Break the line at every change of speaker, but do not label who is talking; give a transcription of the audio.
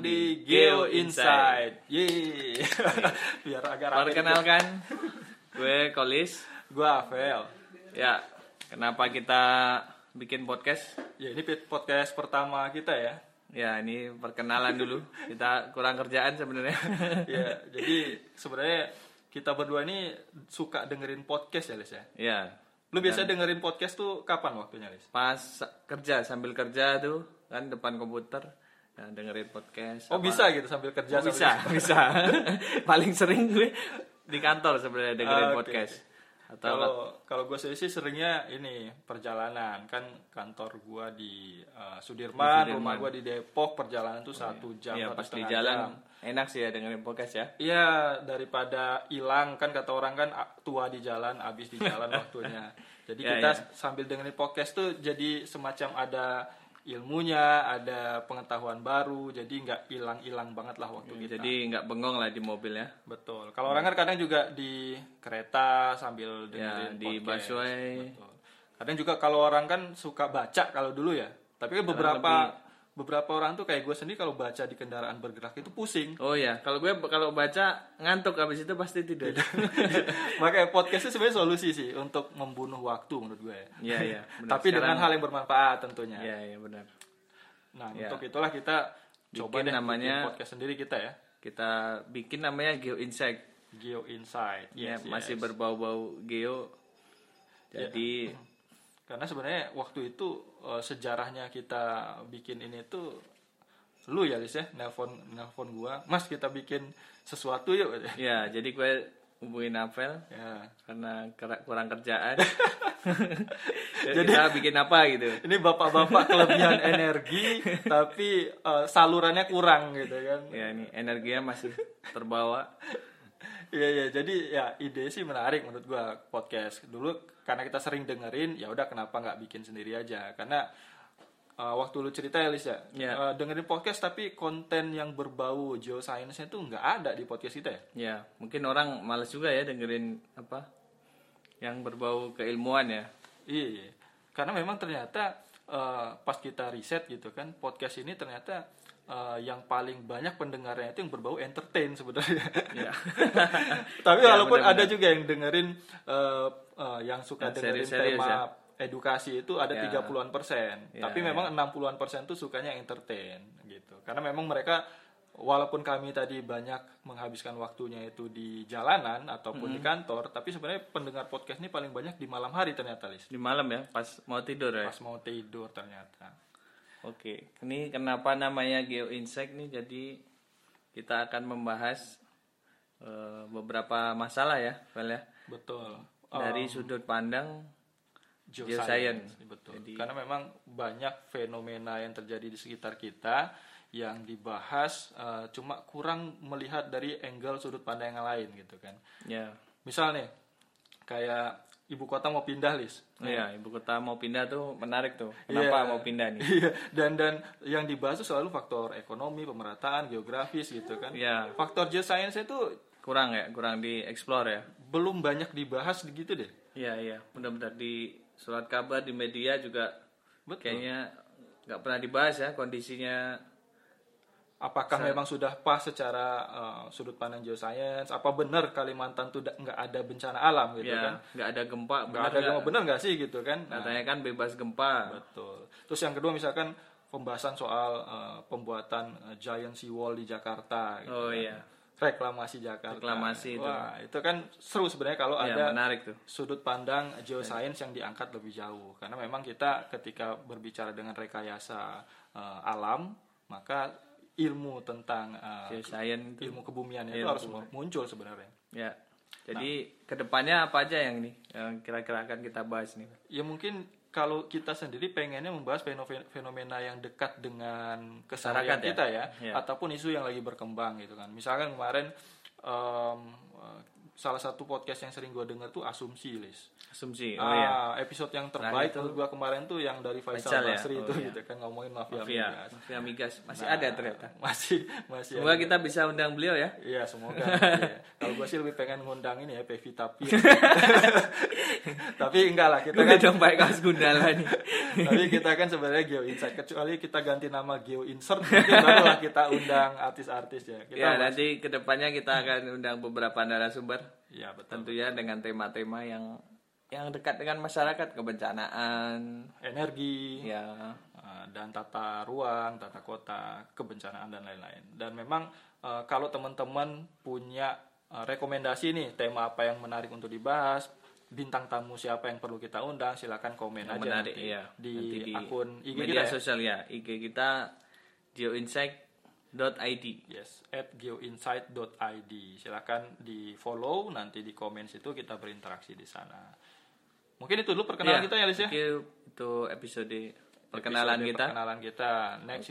di Geo Insight. Yeay. Biar agak rame dikit.
Perkenalkan, kan? gue Kolis.
Gua Avel.
Ya, kenapa kita bikin podcast?
Ya ini pit- podcast pertama kita ya.
Ya, ini perkenalan dulu. Kita kurang kerjaan sebenarnya.
Ya, jadi sebenarnya kita berdua ini suka dengerin podcast ya, Lis ya.
ya,
Lu biasa dengerin podcast tuh kapan waktunya, Lis?
pas kerja sambil kerja tuh kan depan komputer ya, dengerin podcast.
Oh,
sama-
bisa gitu sambil kerja
Oh, bisa,
sambil-
bisa. Paling sering gue di kantor sebenarnya dengerin
Ah, oke,
podcast. Atau
Kalau kalau gue sendiri sih seringnya ini perjalanan kan kantor gue di eh, Sudirman,
Di Sudirman.
rumah gue di Depok perjalanan tuh satu jam
ya
satu
pas di
setengah
jalan
jam.
enak sih ya dengerin podcast ya.
Iya, daripada hilang kan kata orang kan a- tua di jalan, habis di jalan waktunya. Jadi
Ya,
kita
ya.
sambil dengerin podcast tuh jadi semacam ada ilmunya, ada pengetahuan baru, jadi nggak hilang-hilang banget lah waktu kita.
Jadi nggak bengong lah di mobil ya.
Betul. Kalau orang kan kadang juga di kereta sambil
Ya,
dengerin
di
podcast.
busway.
Betul. Kadang juga kalau orang kan suka baca kalau dulu ya. Tapi kan beberapa beberapa orang tuh kayak gue sendiri kalau baca di kendaraan bergerak itu pusing.
Oh ya, kalau gue kalau baca ngantuk habis itu pasti tidur.
Makanya podcast itu sebenarnya solusi sih untuk membunuh waktu menurut gue.
Iya, iya. benar.
Tapi dengan
Sekarang-
hal yang bermanfaat tentunya.
Iya, iya benar.
Nah,
Iya.
untuk itulah kita coba
Bikin
deh
namanya-
bikin podcast sendiri kita ya.
Kita bikin namanya Geo Insect.
Geo Insight.
Ya,
Yes, yes.
masih
Ya.
berbau-bau geo. Jadi
Karena sebenarnya waktu itu eh, sejarahnya kita bikin ini tuh lu ya Lis ya, nelpon nelpon gua, "Mas, kita bikin sesuatu yuk."
ya, jadi gue hubungin Apel
ya.
karena kera- kurang kerjaan. jadi kita bikin apa gitu.
Ini bapak-bapak kelebihan energi tapi eh, salurannya kurang gitu kan.
Ya, ini energinya masih terbawa.
Iya iya jadi ya ide sih menarik menurut gua podcast dulu karena kita sering dengerin ya udah kenapa nggak bikin sendiri aja karena uh, waktu lu cerita ya Lis ya
Iya.
uh, dengerin podcast tapi konten yang berbau geoscience-nya tuh nggak ada di podcast kita ya
Ya, mungkin orang males juga ya dengerin apa yang berbau keilmuan ya.
iya iya. karena memang ternyata uh, pas kita riset gitu kan podcast ini ternyata uh, yang paling banyak pendengarnya itu yang berbau entertain sebenarnya
Ya.
Tapi
Ya,
walaupun ada
benar-benar.
juga yang dengerin eh, eh, yang suka
Yang
dengerin
serius-serius
tema
ya.
edukasi itu ada
Ya.
30-an persen.
Ya,
Tapi memang 60-an persen tuh sukanya entertain gitu. Karena memang mereka walaupun kami tadi banyak menghabiskan waktunya itu di jalanan ataupun di kantor, tapi sebenarnya pendengar podcast ini paling banyak di malam hari ternyata, Lis.
Di malam ya, pas mau tidur ya.
Pas mau tidur ternyata.
Oke, ini kenapa namanya Geo Insect nih? Jadi kita akan membahas eh, beberapa masalah ya, Val ya.
Betul.
Dari sudut pandang Geoscience.
betul. Karena memang banyak fenomena yang terjadi di sekitar kita yang dibahas eh, cuma kurang melihat dari angle sudut pandang yang lain gitu kan.
ya.
Misal nih kayak ibu kota mau pindah Lis.
Oh ya, ibu kota mau pindah tuh menarik tuh. Kenapa
Iya.
mau pindah nih?
Iya, dan dan yang dibahas tuh selalu faktor ekonomi, pemerataan, geografis gitu kan.
Iya.
Faktor geoscience itu
Kurang ya, kurang dieksplor ya.
belum banyak dibahas gitu deh.
Iya, iya. Benar-benar di surat kabar di media juga
Betul.
kayaknya nggak pernah dibahas ya kondisinya.
Apakah memang sudah pas secara uh, sudut pandang geoscience? Apa benar Kalimantan tuh da- nggak ada bencana alam gitu kan?
Ya, nggak ada gempa.
Nggak ada gempa benar nggak sih gitu kan? Nah,
Katanya kan bebas gempa.
betul. Terus yang kedua misalkan pembahasan soal uh, pembuatan uh, giant seawall di Jakarta, gitu.
Oh iya.
reklamasi Jakarta.
Reklamasi itu.
Wah itu kan seru sebenarnya kalau ada
Ya, menarik tuh.
sudut pandang geoscience yang diangkat lebih jauh karena memang kita ketika berbicara dengan rekayasa eh, alam maka ilmu tentang eh,
Geoscience itu.
ilmu kebumian itu harus muncul sebenarnya
Ya. Jadi
Nah.
kedepannya apa aja yang nih yang kira-kira akan kita bahas nih?
ya mungkin kalau kita sendiri pengennya membahas fenomen- fenomena yang dekat dengan keseharian
Masyarakat ya?
kita ya,
Iya.
ataupun isu yang lagi berkembang gitu kan misalkan kemarin em, eh, salah satu podcast yang sering gue denger tuh asumsi Lis.
asumsi oh ya
Ah, episode yang terbaik menurut gue kemarin tuh yang dari Faisal,
Faisal ya?
Basri
Oh,
itu
iya.
gitu kan ngomongin mafia,
mafia
migas.
mafia migas masih
Nah, iya,
ada ternyata
Masih masih.
semoga
ada.
kita bisa undang beliau ya
Iya semoga. iya. Kalau gue sih lebih pengen ngundang ini ya Pevita Pierce. tapi enggak lah kita
udah
kan
dong pakai kaos gundala nih
tapi kita kan sebenarnya Geo Insight kecuali kita ganti nama Geo Insert mungkin barulah kita undang artis-artis ya. Kita
ya nanti kedepannya kita akan undang beberapa narasumber
Iya, betul.
tentunya dengan tema-tema yang yang dekat dengan masyarakat kebencanaan
Energi
ya
eh, dan tata ruang, tata kota, kebencanaan dan lain-lain. Dan memang eh, kalau teman-teman punya eh, rekomendasi nih tema apa yang menarik untuk dibahas, bintang tamu siapa yang perlu kita undang, silakan komen aja
menarik
nanti
ya
di
Nanti
akun IG kita
media
ya.
sosial ya IG kita geoinsight.id
Yes, at geoinsight.id. Silakan di follow, nanti di komen situ kita berinteraksi di sana. Mungkin itu dulu perkenalan
Ya,
kita ya, Lis ya.
mungkin itu episode perkenalan
Episode
kita
Perkenalan kita. Next